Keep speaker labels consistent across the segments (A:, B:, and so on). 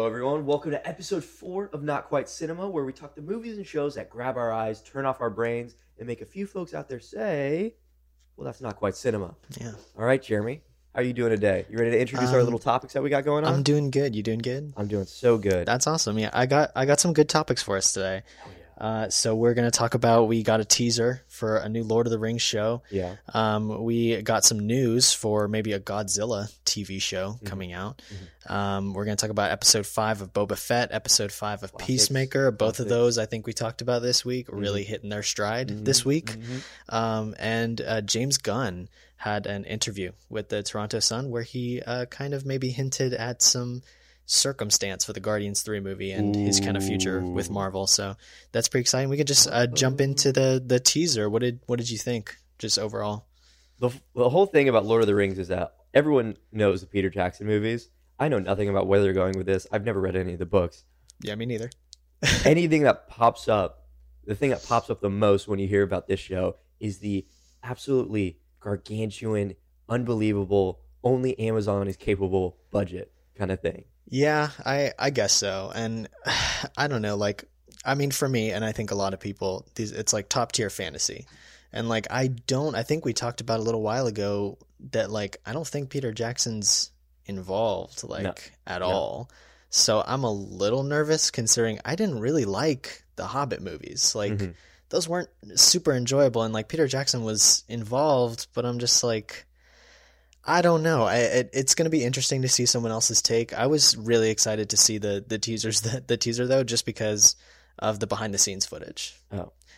A: welcome to episode four of Not Quite Cinema, where we talk the movies and shows that grab our eyes, turn off our brains, and make a few folks out there say, "Well, that's not quite cinema."
B: Yeah.
A: All right, Jeremy, how are you doing today? You ready to introduce our
B: Um,
A: little topics that we got going on?
B: I'm doing good. You doing good?
A: I'm doing so good.
B: That's awesome. Yeah, I got I got some good topics for us today.
A: Oh,
B: Uh, so we're gonna talk about we got a teaser for a new Lord of the Rings show.
A: yeah.
B: Um, we got some news for maybe a Godzilla TV show
A: Mm-hmm.
B: coming out. Um, we're gonna talk about episode five of Boba Fett, episode five of
A: Classics,
B: Peacemaker. Both
A: classics. Mm-hmm.
B: of those I think we talked about this week, really hitting their stride this week.
A: Mhm.
B: Um, and uh, James Gunn had an interview with the Toronto Sun where he uh, kind of maybe hinted at some circumstance for the Guardians 3 movie and his kind of future with
A: Ooh.
B: Marvel. So that's pretty exciting. We could just uh, jump into the, the teaser. What did what did you think just overall?
A: The, the whole thing about Lord of the Rings is that everyone knows the Peter Jackson movies. I know nothing about where they're going with this. I've never read any of the books.
B: Yeah, me neither.
A: anything that pops up, the thing that pops up the most when you hear about this show is the absolutely gargantuan, unbelievable, only Amazon is capable budget kind of thing.
B: Yeah, I I guess so. And I don't know, like I mean for me and I think a lot of people these it's like top tier fantasy. And like I don't I think we talked about a little while ago that like I don't think Peter Jackson's involved like at
A: no.
B: all. So I'm a little nervous considering I didn't really like the Hobbit movies. Like
A: Mhm.
B: those weren't super enjoyable and like Peter Jackson was involved, but I'm just like I don't know. I, it, it's going to be interesting to see someone else's take. I was really excited to see the the teasers the, the teaser though just because of the behind the scenes footage.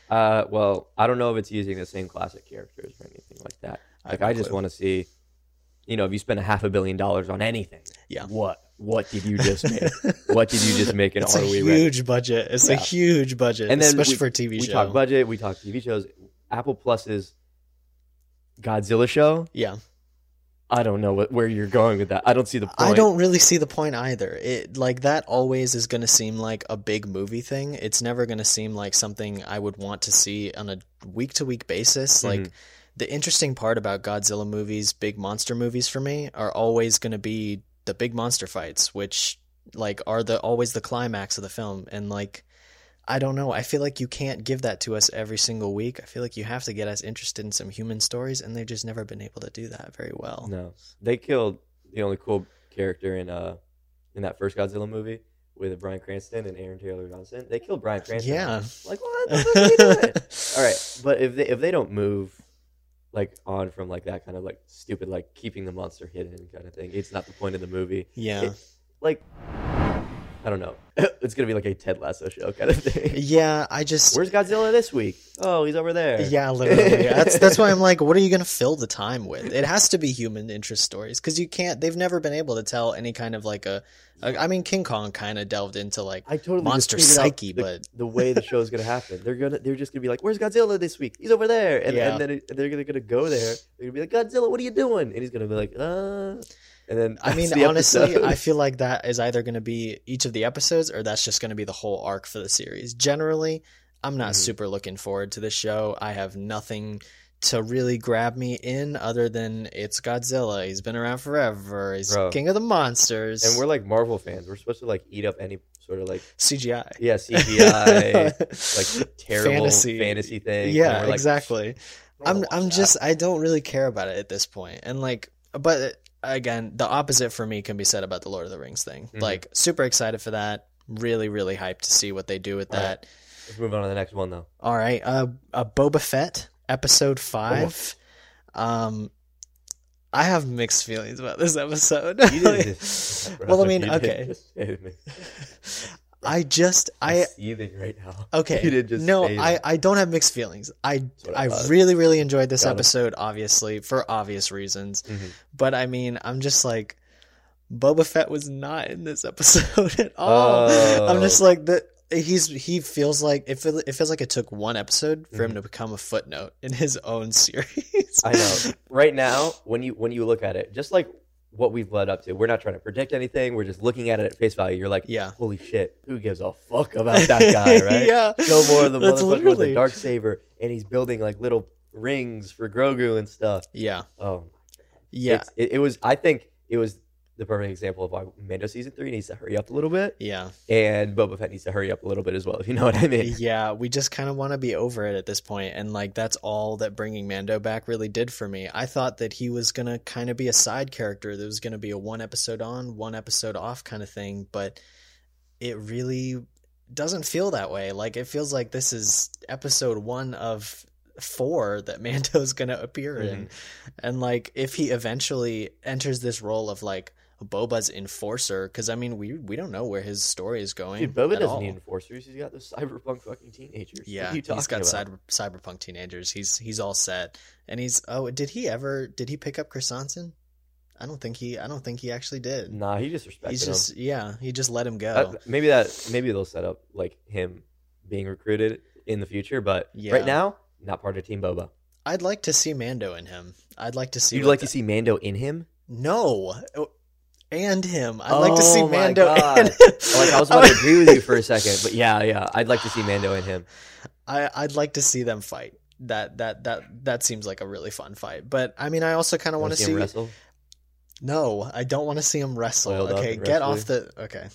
A: Uh, well, I don't know if it's using the same classic characters or anything like that.
B: have
A: Like,
B: no
A: I just
B: clue.
A: want to see, you know, if you spend a half a billion dollars on anything,
B: Yeah.
A: what what did you just make? what did you just make? And
B: It's
A: are
B: a
A: we ready?
B: huge budget. It's a
A: Yeah.
B: huge budget,
A: And then
B: especially
A: we-
B: for a TV
A: E We
B: show.
A: talk budget. We talk TV shows. Apple Plus's Godzilla show.
B: yeah,
A: I don't know what, where you're going with that. I don't see the point.
B: I don't really see the point either. It like that always is going to seem like a big movie thing. It's never going to seem like something I would want to see on a week to week basis. Like the interesting part about Godzilla movies, big monster movies for me are always going to be the big monster fights, which like are the always the climax of the film and like I don't know. I feel like you can't give that to us every single week. I feel like you have to get us interested in some human stories, and they've just never been able to do that very well.
A: No, they killed the only cool character in uh in that first Godzilla movie with Brian Cranston and Aaron Taylor Johnson. They killed Brian Cranston.
B: Yeah.
A: Like what? The fuck are you doing? All right, but if they if they don't move like on from like that kind of like stupid like keeping the monster hidden kind of thing, it's not the point of the movie.
B: Yeah.
A: It- like I don't know. it's gonna be like a Ted Lasso show kind of thing.
B: yeah, I just
A: Where's Godzilla this week? Oh, he's over there.
B: yeah, literally. That's that's why I'm like, what are you going to fill the time with? It has to be human interest stories because you can't. They've never been able to tell any kind of like a. a I mean, King Kong kind of delved into like
A: I totally just
B: monster
A: figured out
B: psyche,
A: the,
B: but-
A: the way the show's gonna happen, they're gonna they're just gonna be like, "Where's Godzilla this week? He's over there," and,
B: Yeah.
A: and then it- they're gonna, gonna go there. They're gonna be like, "Godzilla, what are you doing?" And he's gonna be like, "Uh," and then
B: I
A: that's
B: mean,
A: the
B: honestly,
A: episode.
B: I feel like that is either going to be each of the episodes or that's just going to be the whole arc for the series. Generally, I'm not
A: Mhm.
B: super looking forward to this show. I have nothing to really grab me in other than it's Godzilla. He's been around forever. He's
A: Bro.
B: king of the monsters.
A: and we're like Marvel fans. We're supposed to like eat up any sort of like
B: CGI.
A: yeah CGI like terrible fantasy,
B: Fantasy.
A: thing. and
B: yeah,
A: we're like, "Oh,
B: exactly.
A: "I don't
B: I'm
A: wanna watch
B: I'm
A: that."
B: just I don't really care about it at this point. And like but again, the opposite for me can be said about the Lord of the Rings thing.
A: Mhm.
B: Like super excited for that. Really, really hyped to see what they do with
A: All right.
B: that.
A: Let's move on to the next one though.
B: All right. Uh, uh Boba Fett episode 5. Um I have mixed feelings about this episode.
A: You didn't just-
B: well, I mean,
A: You didn't
B: okay.
A: just say to me,
B: I just
A: I'm
B: I
A: seething right now.
B: okay.
A: You did just
B: no,
A: say
B: I,
A: that.
B: I don't have mixed feelings. I
A: That's what I
B: I
A: thought.
B: really really enjoyed this
A: Got 'em.
B: episode, obviously for obvious reasons.
A: Mhm.
B: But I mean, I'm just like Boba Fett was not in this episode at all. I'm just
A: Oh.
B: like that. He's he feels like it. Feel, it feels like it took one episode for him
A: Mhm.
B: to become a footnote in his own series.
A: I know. Right now, when you when you look at it, just like what we've led up to, we're not trying to predict anything. We're just looking at it at face value. You're like,
B: Yeah.
A: holy shit, who gives a fuck about that guy, right?
B: yeah.
A: Gilmore, the motherfucker with
B: That's
A: the
B: literally-
A: dark saber, and he's building like little rings for Grogu and stuff.
B: Yeah.
A: Oh,
B: Yeah.
A: It's- it, it was. I think it was the perfect example of why Mando season three needs to hurry up a little bit,
B: Yeah.
A: and Boba Fett needs to hurry up a little bit as well. If you know what I mean?
B: Yeah, we just kind of want to be over it at this point, and like that's all that bringing Mando back really did for me. I thought that he was gonna kind of be a side character that was gonna be a one episode on, one episode off kind of thing, but it really doesn't feel that way. Like it feels like this is episode one of four that Mando's gonna appear in,
A: Mm-hmm.
B: and like if he eventually enters this role of like Boba's enforcer, because I mean we we don't know where his story is going.
A: Dude, Boba
B: at
A: doesn't
B: all.
A: need enforcers. He's got those cyberpunk fucking teenagers.
B: Yeah,
A: what are you talking
B: he's got
A: about?
B: cyber, cyberpunk teenagers. He's he's all set, and he's oh, did he ever? Did he pick up Chris Hansen? I don't think he. I don't think he actually did.
A: Nah, he just respected
B: he's
A: Mm, him.
B: just yeah, he just let him
A: Uh,
B: go.
A: maybe that maybe they'll set up like him being recruited in the future, but
B: Yeah.
A: right now, not part of Team Boba.
B: I'd like to see Mando in him. I'd like to see.
A: You'd
B: what
A: like
B: the-
A: to see Mando in him?
B: no, Oh, and him. I'd like to see
A: Oh my
B: Mando.
A: God.
B: And
A: Like I was about to agree with you for a second, but yeah, yeah, I'd like to see Mando in him.
B: I I'd like to see them fight. That that that that seems like a really fun fight. But I mean, I also kind of want to
A: him
B: see
A: wrestle.
B: No, I don't want to see him wrestle.
A: Oiled up
B: okay,
A: and
B: get off the okay.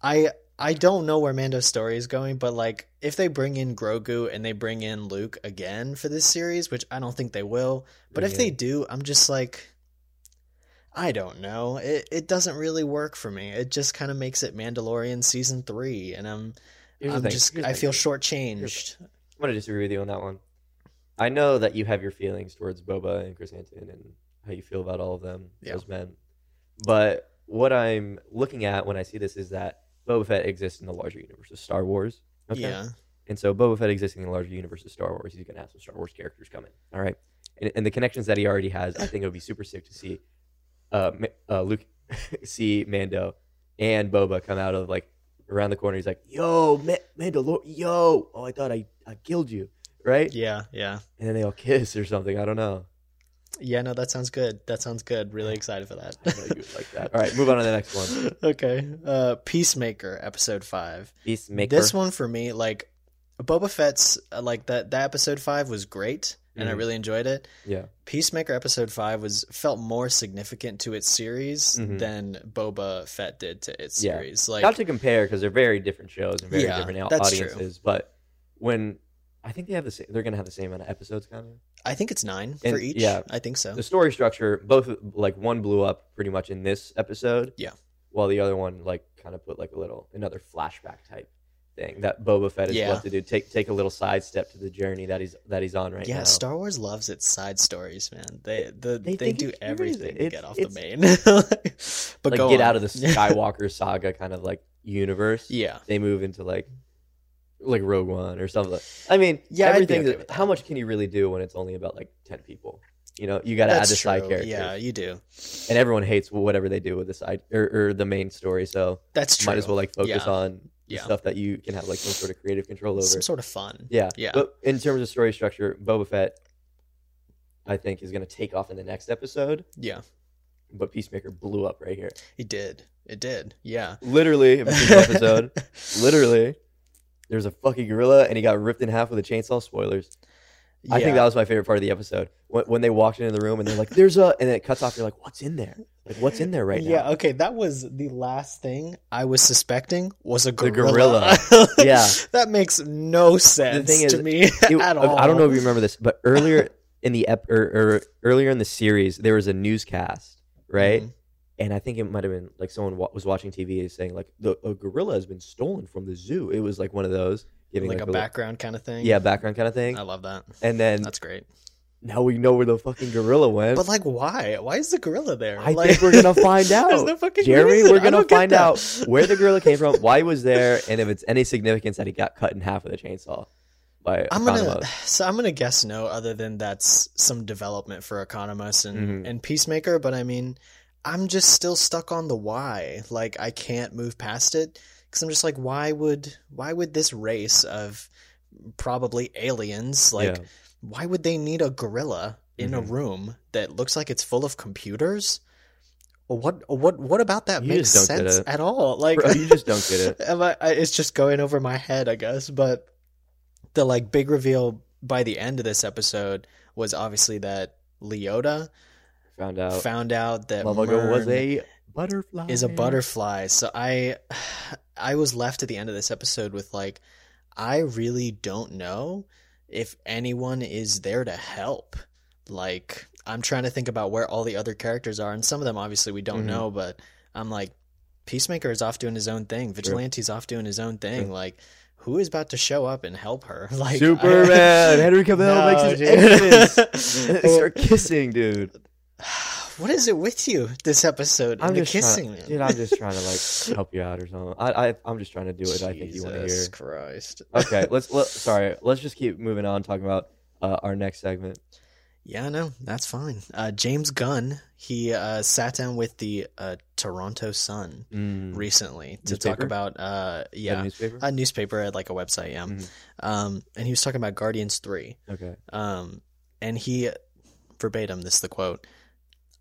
B: I I don't know where Mando's story is going, but like if they bring in Grogu and they bring in Luke again for this series, which I don't think they will, but if
A: Yeah.
B: they do, I'm just like I don't know. It it doesn't really work for me. It just kind of makes it Mandalorian season 3 and I'm
A: Here's the
B: I'm
A: thing,
B: just
A: here's the
B: I
A: thing.
B: feel shortchanged.
A: I'm gonna disagree with you on that one. I know that you have your feelings towards Boba and Chrysanthemum and how you feel about all of them
B: Yeah.
A: as men, but what I'm looking at when I see this is that Boba Fett exists in the larger universe of Star Wars.
B: Yeah.
A: And so Boba Fett existing in the larger universe of Star Wars, he's going to have some Star Wars characters come in. All right. And, and the connections that he already has, I think it would be super sick to see uh, Ma- uh, Luke see Mando and Boba come out of like around the corner. He's like, yo, Ma- Mandalor, yo. Oh, I thought I, I killed you. Right.
B: Yeah, yeah.
A: And then they all kiss or something. I don't know.
B: Yeah, no, that sounds good. That sounds good. Really excited for that.
A: I know you would like that. All right. Move on to the next one.
B: okay. Uh Peacemaker episode 5.
A: Peacemaker.
B: This one for me like Boba Fett's uh, like that that episode 5 was great and I
A: Mhm.
B: really enjoyed it.
A: Yeah.
B: Peacemaker episode 5 was felt more significant to its series
A: Mhm.
B: than Boba Fett did to its
A: Yeah.
B: series. Like
A: not to compare because they're very different shows and very
B: Yeah,
A: different au-
B: that's true.
A: audiences. But when I think they have the same, they're going to have the same amount of episodes kind of.
B: I think it's 9 for
A: And-
B: each.
A: yeah.
B: I think so.
A: the story structure both like one blew up pretty much in this episode
B: Yeah.
A: while the other one like kind of put like a little another flashback type thing that boba fett is
B: Yeah.
A: left to do take take a little sidestep to the journey that he's that he's on right
B: yeah,
A: now
B: Star Wars loves its side stories, man. They the,
A: They
B: they,
A: think
B: do
A: it's crazy.
B: everything to
A: It's-
B: get off the
A: it's-
B: main. but
A: like
B: go
A: get
B: on.
A: out of the skywalker saga kind of like universe
B: yeah.
A: they move into like like rogue one or something i mean
B: Yeah, I'd be
A: everything
B: okay with that.
A: how much can you really do when it's only about like 10 people you know you got to add
B: That's
A: the side
B: true.
A: characters
B: Yeah, you do.
A: and everyone hates whatever they do with the side or, or the main story so
B: That's true.
A: might as well like focus
B: Yeah.
A: on the
B: Yeah.
A: stuff that you can have like some sort of creative control over.
B: some sort of fun.
A: yeah,
B: Yeah.
A: But in terms of story structure, Boba Fett, I think, is going to take off in the next episode.
B: Yeah,
A: But Peacemaker blew up right here.
B: it did. It did. Yeah.
A: Literally, in between episode, literally, there's a fucking gorilla and he got ripped in half with a chainsaw. Spoilers. I think that was my favorite part of the episode when, when they walked into the room and they're like, "There's a," and then it cuts off. You're like, "What's in there? Like, what's in there right
B: Yeah.
A: now?"
B: Okay, that was the last thing I was suspecting was a
A: The
B: gorilla.
A: Yeah.
B: that makes no sense
A: thing
B: to
A: is,
B: me
A: It-
B: at
A: I-
B: all.
A: I don't know if you remember this, but earlier in the ep- or, or earlier in the series, there was a newscast, right?
B: Mhm.
A: And I think it might have been like someone wa- was watching TV and saying like the a gorilla has been stolen from the zoo. It was like one of those giving
B: like,
A: like,
B: a
A: little-
B: background kind of thing.
A: yeah background kind of thing.
B: I love that.
A: and then
B: That's great.
A: now we know where the fucking gorilla went.
B: But like, why? Why is the gorilla there?
A: I
B: like,
A: think we're gonna find
B: There's
A: out.
B: no fucking
A: Jeremy,
B: reason.
A: we're
B: I
A: gonna
B: don't get
A: find
B: that.
A: out where the gorilla came from, why he was there, and if it's any significance that he got cut in half with a chainsaw by
B: I'm gonna
A: Economos.
B: so I'm gonna guess no, other than that's some development for Economist and,
A: Mhm.
B: and Peacemaker. But I mean, I'm just still stuck on the why. Like I can't move past it because I'm just like, why would why would this race of probably aliens like
A: Yeah.
B: why would they need a gorilla in a
A: Mhm.
B: room that looks like it's full of computers? What what what about that
A: You
B: makes
A: just don't get
B: sense
A: it.
B: at all? Like
A: Bro, you just don't get it.
B: Am I, I, it's just going over my head, I guess. But the like big reveal by the end of this episode was obviously that Leota
A: Found out.
B: found out that
A: Motherfucker Oh. was
B: Myrn
A: a butterfly
B: is a butterfly. So I I was left at the end of this episode with like I really don't know if anyone is there to help. Like I'm trying to think about where all the other characters are and some of them obviously we don't
A: Mhm.
B: know, but I'm like Peacemaker is off doing his own thing. Vigilante's off doing his own thing.
A: True.
B: Like who is about to show up and help her? Like I-
A: Superman. Henry Cavill makes his entrance. And they
B: Well,
A: start kissing, dude.
B: what is it with you this episode?
A: I'm
B: and the
A: just
B: kissing,
A: trying,
B: man?
A: dude. I'm just trying to like help you out or something. I, I I'm just trying to do what I think you want to hear.
B: Jesus Christ.
A: Okay, let's let, sorry. Let's just keep moving on talking about uh, our next segment.
B: Yeah, no, that's fine. Uh, James Gunn, he uh, sat down with the uh, Toronto Sun
A: Mm,
B: recently to talk
A: Newspaper?
B: about, uh, yeah,
A: newspaper.
B: a newspaper at like a website, yeah.
A: Mhm.
B: Um, and he was talking about Guardians 3.
A: okay.
B: Um, and he, verbatim, this is the quote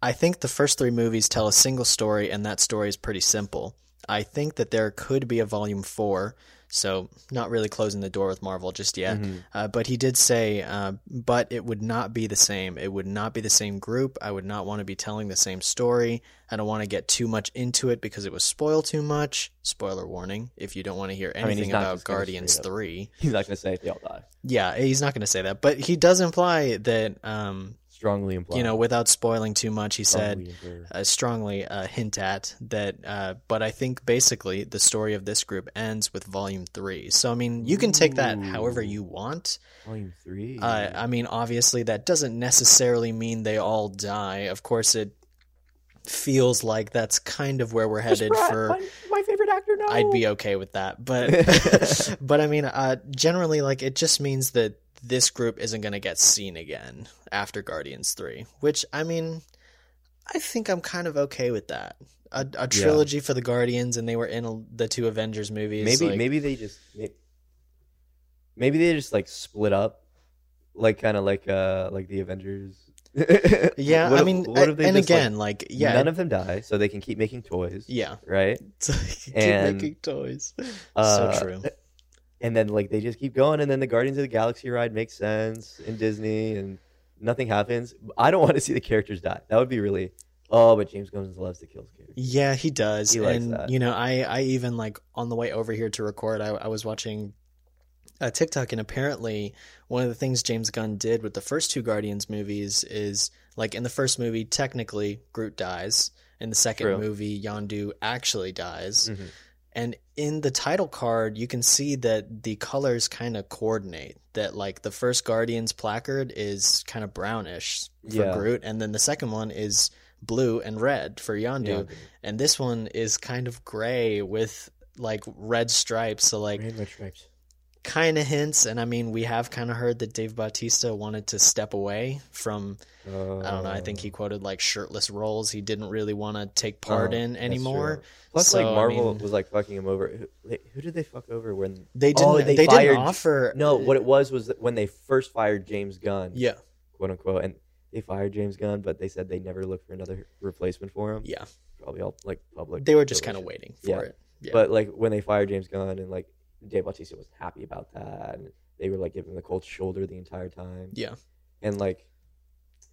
B: I think the first three movies tell a single story, and that story is pretty simple. I think that there could be a volume four, so not really closing the door with Marvel just yet.
A: Mhm.
B: Uh, but he did say, uh, but it would not be the same. It would not be the same group. I would not want to be telling the same story. I don't want to get too much into it because it would spoil too much. Spoiler warning if you don't want to hear
A: I mean, he's
B: anything
A: not
B: about
A: just gonna
B: Guardians
A: straight up-
B: 3.
A: He's not gonna say if y'all die.
B: Yeah, he's not going to say that. But he does imply that, um,
A: Strongly implied.
B: you know, without spoiling too much, he said,
A: Strongly infer.
B: uh, strongly uh, hint at that. Uh, but I think basically the story of this group ends with volume 3. So, I mean, you can take that however
A: Ooh.
B: you want.
A: Volume three.
B: Uh, I mean, obviously, that doesn't necessarily mean they all die. Of course, it feels like that's kind of where we're headed for.
A: my favorite actor. No,
B: I'd be okay with that, but but I mean, uh, generally, like it just means that this group isn't going to get seen again after Guardians Three, which I mean, I think I'm kind of okay with that. A, a trilogy for the Guardians, and they were in a, the two Avengers movies.
A: maybe
B: like-
A: maybe they just may- maybe they just like split up like kind of like uh like the avengers
B: Yeah,
A: What
B: I
A: if-
B: mean,
A: what if they
B: and
A: just, like,
B: again, like, yeah,
A: none of them die so they can keep making toys
B: yeah.
A: right
B: It's like, keep
A: And,
B: making toys.
A: uh,
B: so true.
A: and then like they just keep going and then the guardians of the galaxy ride makes sense in disney and nothing happens i don't want to see the characters die that would be really oh but james Gunn loves to kill his characters
B: Yeah, he does.
A: He likes
B: and
A: that.
B: you know, I I even like on the way over here to record, I, I was watching a TikTok, and apparently one of the things James Gunn did with the first two Guardians movies is like in the first movie, technically Groot dies. In the second
A: True.
B: movie, Yondu actually dies.
A: Mhm.
B: And in the title card, you can see that the colors kind of coordinate. That like the first Guardians placard is kind of brownish for
A: Yeah.
B: Groot, and then the second one is blue and red for Yondu,
A: Yeah.
B: and this one is kind of gray with like red stripes. So like
A: Red, red stripes.
B: kind of hints. And I mean, we have kind of heard that Dave Bautista wanted to step away from
A: Uh,
B: I don't know. I think he quoted like shirtless roles. He didn't really want to take part
A: Oh,
B: in
A: that's
B: anymore.
A: true. Plus,
B: So, I
A: like Marvel
B: mean-
A: was like fucking him over. Who, they- who did they fuck over when?
B: They didn't.
A: Oh,
B: they
A: they
B: didn't
A: fired-
B: offer.
A: No, what it was was that when they first fired James Gunn,
B: Uh, Yeah,
A: quote unquote, and they fired James Gunn, but they said they never looked for another replacement for him.
B: yeah.
A: Probably all like public.
B: They were just kind
A: relations.
B: of waiting for
A: Yeah.
B: it. Yeah.
A: But like when they fired James Gunn, and like Dave Bautista wasn't happy about that, and they were like giving him the cold shoulder the entire time.
B: Yeah.
A: and like,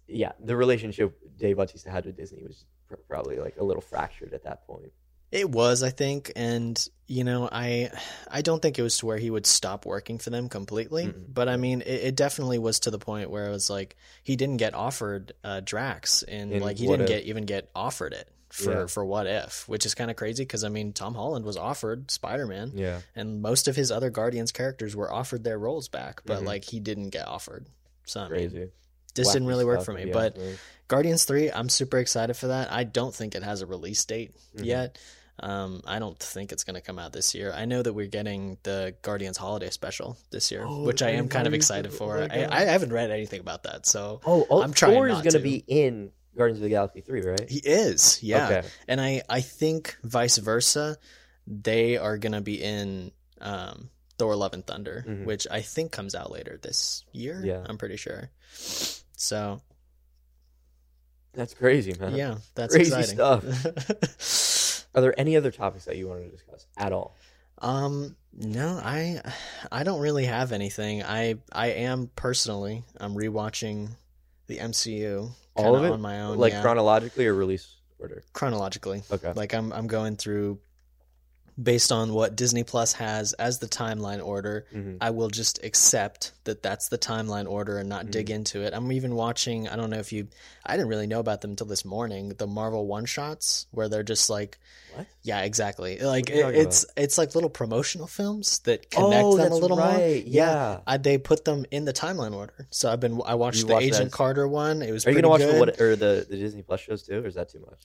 A: yeah, the relationship Dave Bautista had with Disney was pr- probably like a little fractured at that point.
B: It was, I think, and you know, I I don't think it was to where he would stop working for them completely,
A: Mm-mm.
B: but I mean, it, it definitely was to the point where it was like he didn't get offered uh, Drax, and
A: In
B: like he
A: What
B: didn't
A: If.
B: get even get offered it for
A: Yeah.
B: for What If, which is kind of crazy because I mean, Tom Holland was offered Spider Man,
A: Yeah,
B: and most of his other Guardians characters were offered their roles back, but
A: Mhm.
B: like he didn't get offered. So I mean,
A: crazy.
B: this didn't
A: Wacky
B: really work
A: stuff,
B: for me,
A: to be
B: but
A: honest with you.
B: Guardians 3, I'm super excited for that. I don't think it has a release date
A: Mhm.
B: yet. Um, I don't think it's going to come out this year. I know that we're getting the Guardians holiday special this year,
A: Oh,
B: which
A: the
B: I am
A: Guardians
B: kind of
A: holiday
B: excited
A: special. Oh
B: for.
A: my
B: I,
A: God.
B: I haven't read anything about that, so
A: Oh, oh
B: I'm trying
A: Thor is
B: not
A: going to
B: to.
A: be in Guardians of the Galaxy 3, right?
B: he is, yeah.
A: Okay.
B: And I, I think vice versa, they are going to be in um, Thor: Love and Thunder,
A: Mhm.
B: which I think comes out later this year.
A: Yeah.
B: I'm pretty sure. So
A: That's crazy, man.
B: yeah, that's
A: Crazy
B: exciting. Uh-huh. stuff.
A: Are there any other topics that you want to discuss at all?
B: Um, no, I I don't really have anything. I I am personally I'm rewatching the MCU
A: All of
B: kinda
A: it?
B: on my own.
A: like
B: Oh, yeah.
A: chronologically or release order?
B: chronologically.
A: Okay.
B: Like I'm I'm going through based on what Disney Plus has as the timeline order.
A: Mhm.
B: I will just accept that that's the timeline order and not
A: Mm-hmm.
B: dig into it. I'm even watching, I don't know if you, I didn't really know about them until this morning, the Marvel one shots where they're just like,
A: What?
B: yeah, exactly. Like
A: are you
B: it,
A: talking
B: it's, it's like little promotional films that connect them a little more.
A: Oh, Yeah.
B: I, they put them in the timeline order. So I've been, I watched
A: You
B: the
A: watched
B: Agent
A: that?
B: Carter one. It was
A: Are you
B: pretty
A: gonna watch
B: good.
A: the what or the, the Disney Plus shows too, or is that too much?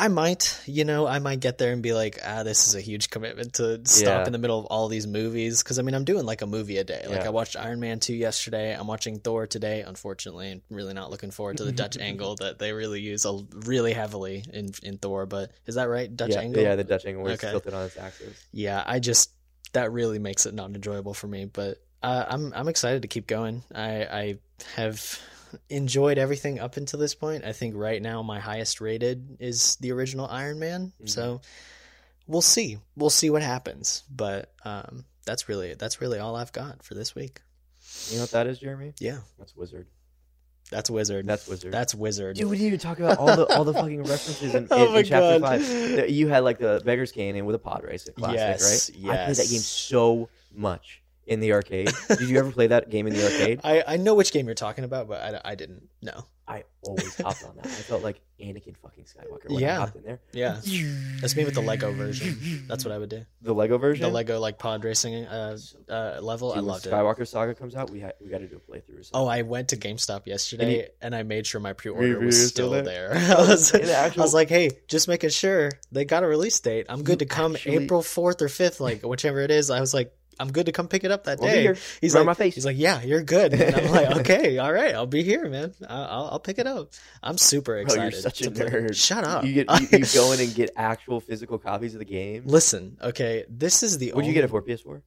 B: I might, you know, I might get there and be like, ah, this is a huge commitment to stop
A: Yeah.
B: in the middle of all these movies. Cause I mean, I'm doing like a movie a day. Like
A: Yeah.
B: I watched Iron Man 2 yesterday. I'm watching Thor today, unfortunately, and really not looking forward to the Dutch angle that they really use a, really heavily in, in Thor. But is that right? Dutch
A: yeah,
B: angle?
A: Yeah, the Dutch angle where
B: Okay.
A: it's tilted on its axis.
B: yeah, I just, that really makes it not enjoyable for me. But uh, I'm, I'm excited to keep going. I, I have enjoyed everything up until this point. I think right now my highest rated is the original Iron Man.
A: Mhm.
B: So we'll see. We'll see what happens. But um, that's really that's really all I've got for this week.
A: You know what that is, Jeremy?
B: Yeah,
A: That's Wizard.
B: that's Wizard.
A: That's Wizard.
B: that's Wizard.
A: Dude, we didn't even talk about all the all the fucking references in, in,
B: Oh my
A: in chapter
B: God.
A: five. That You had like the Beggar's Canyon with a pod racer classic,
B: Yes,
A: right? I played that game
B: yes.
A: so much in the arcade. Did you ever play that game in the arcade?
B: I, I know which game you're talking about, but I, I didn't. No.
A: I always hopped on that. I felt like Anakin fucking Skywalker when I
B: Yeah.
A: hopped in there.
B: Yeah, that's me with the Lego version. That's what I would do.
A: The Lego version.
B: The Lego like pod racing uh, uh, level.
A: Dude,
B: I
A: when
B: loved it.
A: Skywalker Saga comes out, we ha- we got to do a playthrough. or something.
B: Oh, I went to GameStop yesterday
A: you-
B: and I made sure my pre
A: Your
B: order
A: review
B: was
A: is
B: still
A: still
B: there.
A: there?
B: I, was,
A: In the
B: I
A: actual-
B: was like, hey, just making sure they got a release date. I'm good to come
A: actually-
B: April 4th or 5th, like whichever it is. I was like, I'm good to come pick it up that
A: We'll be
B: day.
A: here.
B: Oh, He's
A: Right
B: like,
A: in my face.
B: he's like, yeah, you're good. And I'm like, okay, all right, I'll be here, man. I- I'll, I'll pick it up. I'm super
A: Bro,
B: excited.
A: Oh, you're such a
B: to play-
A: nerd.
B: Shut up.
A: You get you, you go in and get actual physical copies of the game.
B: Listen, okay, this is the
A: Would
B: only...
A: you get it for PS4?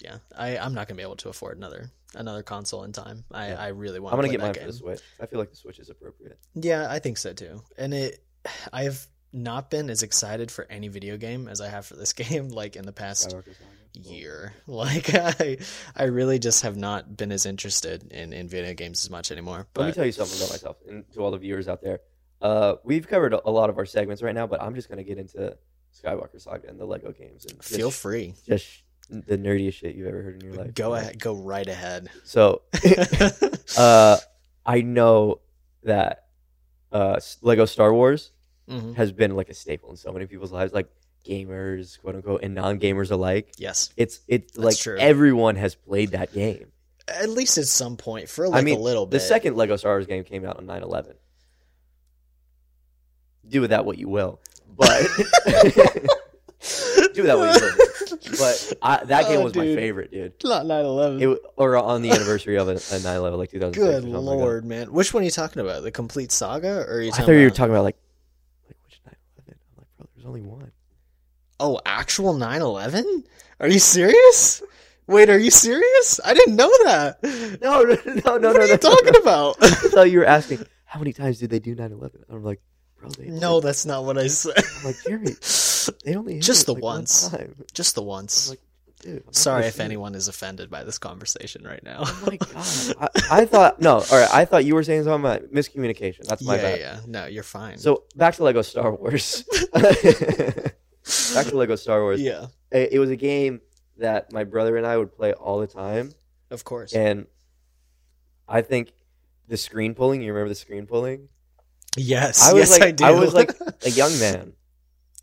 B: Yeah, I, I'm not gonna be able to afford another another console in time. I,
A: Yeah.
B: I really want.
A: I'm gonna
B: play
A: get
B: that
A: mine
B: game.
A: for the Switch. I feel like the Switch is appropriate.
B: Yeah, I think so too. And it, I've not been as excited for any video game as I have for this game, like in the past
A: Skywalker Saga.
B: year. Like I, I really just have not been as interested in in video games as much anymore.
A: Let me
B: But
A: tell you something about myself and to all the viewers out there. Uh, we've covered a a lot of our segments right now, but I'm just gonna get into Skywalker Saga and the Lego games and just,
B: feel free,
A: just sh- the nerdiest shit you've ever heard in your life.
B: go ahead, go right ahead.
A: So, uh, I know that uh, s- Lego Star Wars
B: Mhm.
A: has been like a staple in so many people's lives, like gamers, quote unquote, and non-gamers alike.
B: Yes,
A: It's it's
B: That's
A: like
B: true.
A: everyone has played that game.
B: at least at some point for like
A: mean,
B: a little
A: The
B: bit.
A: second Lego Star Wars game came out on 9/11. Do with that what you will, but do that what you will. But I, that game
B: Oh,
A: was
B: dude.
A: my favorite, dude.
B: not 9/11.
A: It w- or on the anniversary of a, a 9/11, like 2006. or
B: Good
A: something like that.
B: lord, man! Which one are you talking about? The complete saga, or are you
A: I
B: talking?
A: thought you were
B: about-
A: talking about like, like which 9/11. I'm like, bro, there's only one.
B: Oh, actual 9/11? Are you serious? Wait, are you serious? I didn't know that.
A: No, no, no, no, no.
B: what are you talking about?
A: I thought you were asking how many times did they do 9/11. And I'm like, bro, they
B: no, that's not what I said.
A: I'm like Jerry, they only hit
B: Just
A: it,
B: the
A: like, one
B: once.
A: time."
B: Just the
A: I'm
B: once.
A: like, Dude, I'm not gonna
B: Sorry if
A: see it.
B: anyone is offended by this conversation right now.
A: Oh my god! I, I thought no. All right, I thought you were saying something about miscommunication. That's my
B: yeah,
A: bad.
B: yeah. No, you're fine.
A: So back to Lego Star Wars. back to Lego Star Wars.
B: yeah,
A: It, it was a game that my brother and I would play all the time,
B: of course.
A: and I think the screen pulling. You remember the screen pulling?
B: Yes,
A: I was
B: yes,
A: like,
B: I do.
A: was like a young man,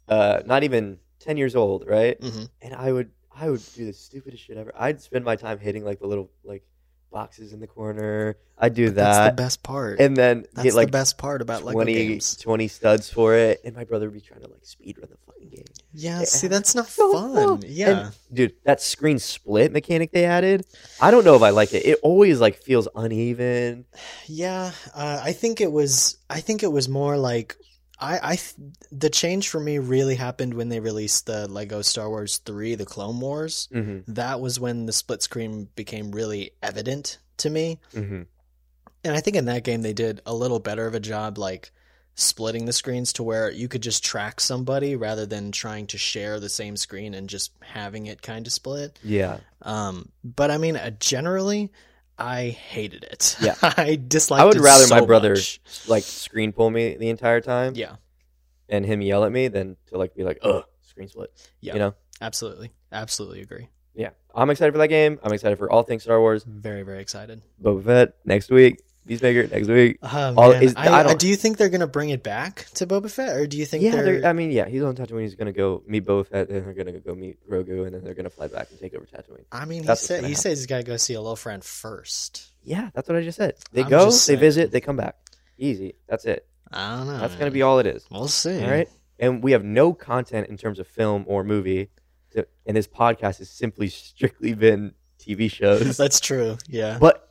A: uh, not even ten years old, right?
B: Mhm.
A: And I would, I would do the stupidest shit ever. I'd spend my time hitting like the little like boxes in the corner. I'd do
B: That's the
A: that,
B: best part.
A: and then
B: that's
A: get
B: the
A: like
B: best part about Lego
A: 20,
B: games.
A: 20 studs for it. And my brother would be trying to like speed run the fucking game,
B: Yeah,
A: Yeah.
B: see, that's not
A: So
B: fun.
A: fun.
B: Yeah,
A: dude. That screen split mechanic they added, I don't know if I like it. It always like feels uneven.
B: yeah. Uh, I think it was. I think it was more like I. I th- the change for me really happened when they released the Lego Star Wars Three: The Clone Wars.
A: Mm-hmm,
B: That was when the split screen became really evident to me,
A: mm-hmm.
B: and I think in that game they did a little better of a job, like splitting the screens to where you could just track somebody rather than trying to share the same screen and just having it kind of split.
A: Yeah,
B: Um, but I mean, uh, generally, I hated it.
A: Yeah.
B: I disliked.
A: I would
B: it
A: rather
B: so
A: my brother
B: much.
A: like screen pull me the entire time.
B: Yeah,
A: and him yell at me than to like be like, ugh, screen split.
B: Yeah.
A: You know?
B: Absolutely. Absolutely agree.
A: Yeah. I'm excited for that game. I'm excited for all things Star Wars.
B: Very, very excited.
A: Boba Fett next week. Peacemaker next week.
B: Oh,
A: All-
B: man.
A: is-
B: I,
A: I
B: I-
A: don't-
B: do you think they're going to bring it back to Boba Fett? Or do you think
A: yeah,
B: they're.
A: they're- uh, I mean, yeah, he's on Tatooine. He's gonna go meet Boba Fett, then they're gonna go meet Grogu, and then they're gonna fly back and take over Tatooine.
B: I mean, he,
A: That's what's
B: said,
A: gonna
B: he
A: happen.
B: says he's got to go see a little friend first.
A: Yeah, that's what I just said. They
B: I'm
A: go,
B: just
A: they
B: saying.
A: visit, they come back. Easy. That's it.
B: I don't know.
A: That's gonna
B: man.
A: be all it is.
B: We'll see.
A: All right. And we have no content in terms of film or movie, so- and this podcast has simply strictly been TV shows.
B: That's true. Yeah.
A: But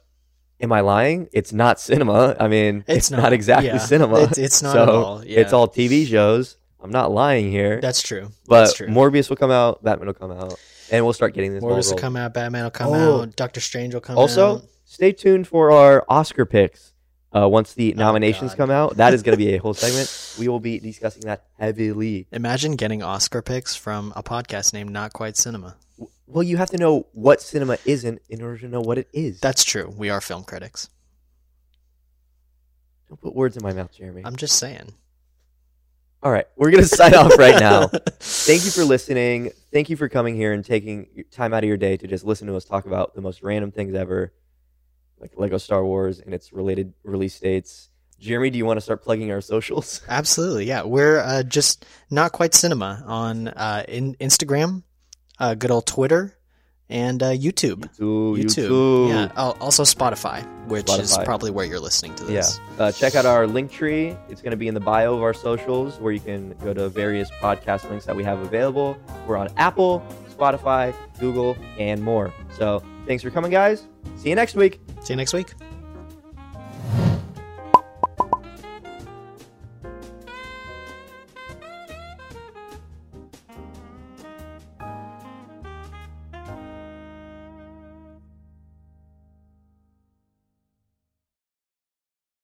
A: am I lying? It's not cinema. I mean, it's, not, exactly
B: yeah.
A: cinema.
B: It's, it's not at
A: So,
B: all. Yeah.
A: It's all TV shows. I'm not lying here.
B: That's true.
A: but
B: that's true.
A: Morbius will come out, Batman will come out, and we'll start getting this. ball
B: Morbius
A: rolling.
B: will come out. Batman will come
A: Oh.
B: out. Doctor Strange will come
A: also,
B: out.
A: stay tuned for our Oscar picks. Uh, once the nominations
B: God.
A: come out, that is going to be a whole segment. We will be discussing that heavily.
B: Imagine getting Oscar picks from a podcast named Not Quite Cinema.
A: Well, you have to know what cinema isn't in order to know what it is.
B: That's true. We are film critics.
A: Don't put words in my mouth, Jeremy.
B: I'm just saying.
A: All right, we're going to sign off right now. Thank you for listening. Thank you for coming here and taking your time out of your day to just listen to us talk about the most random things ever, like Lego Star Wars and its related release dates. Jeremy, do you want to start plugging our socials?
B: Absolutely. Yeah. We're uh, just Not Quite Cinema on uh, in- Instagram, uh, good old Twitter, and uh, YouTube.
A: YouTube.
B: Yeah. Oh, also Spotify, which is
A: Spotify.
B: probably where you're listening to
A: Yeah.
B: this.
A: Uh, check out our link tree. It's going to be in the bio of our socials where you can go to various podcast links that we have available. We're on Apple, Spotify, Google, and more. So thanks for coming, guys. See you next week.
B: See you next week.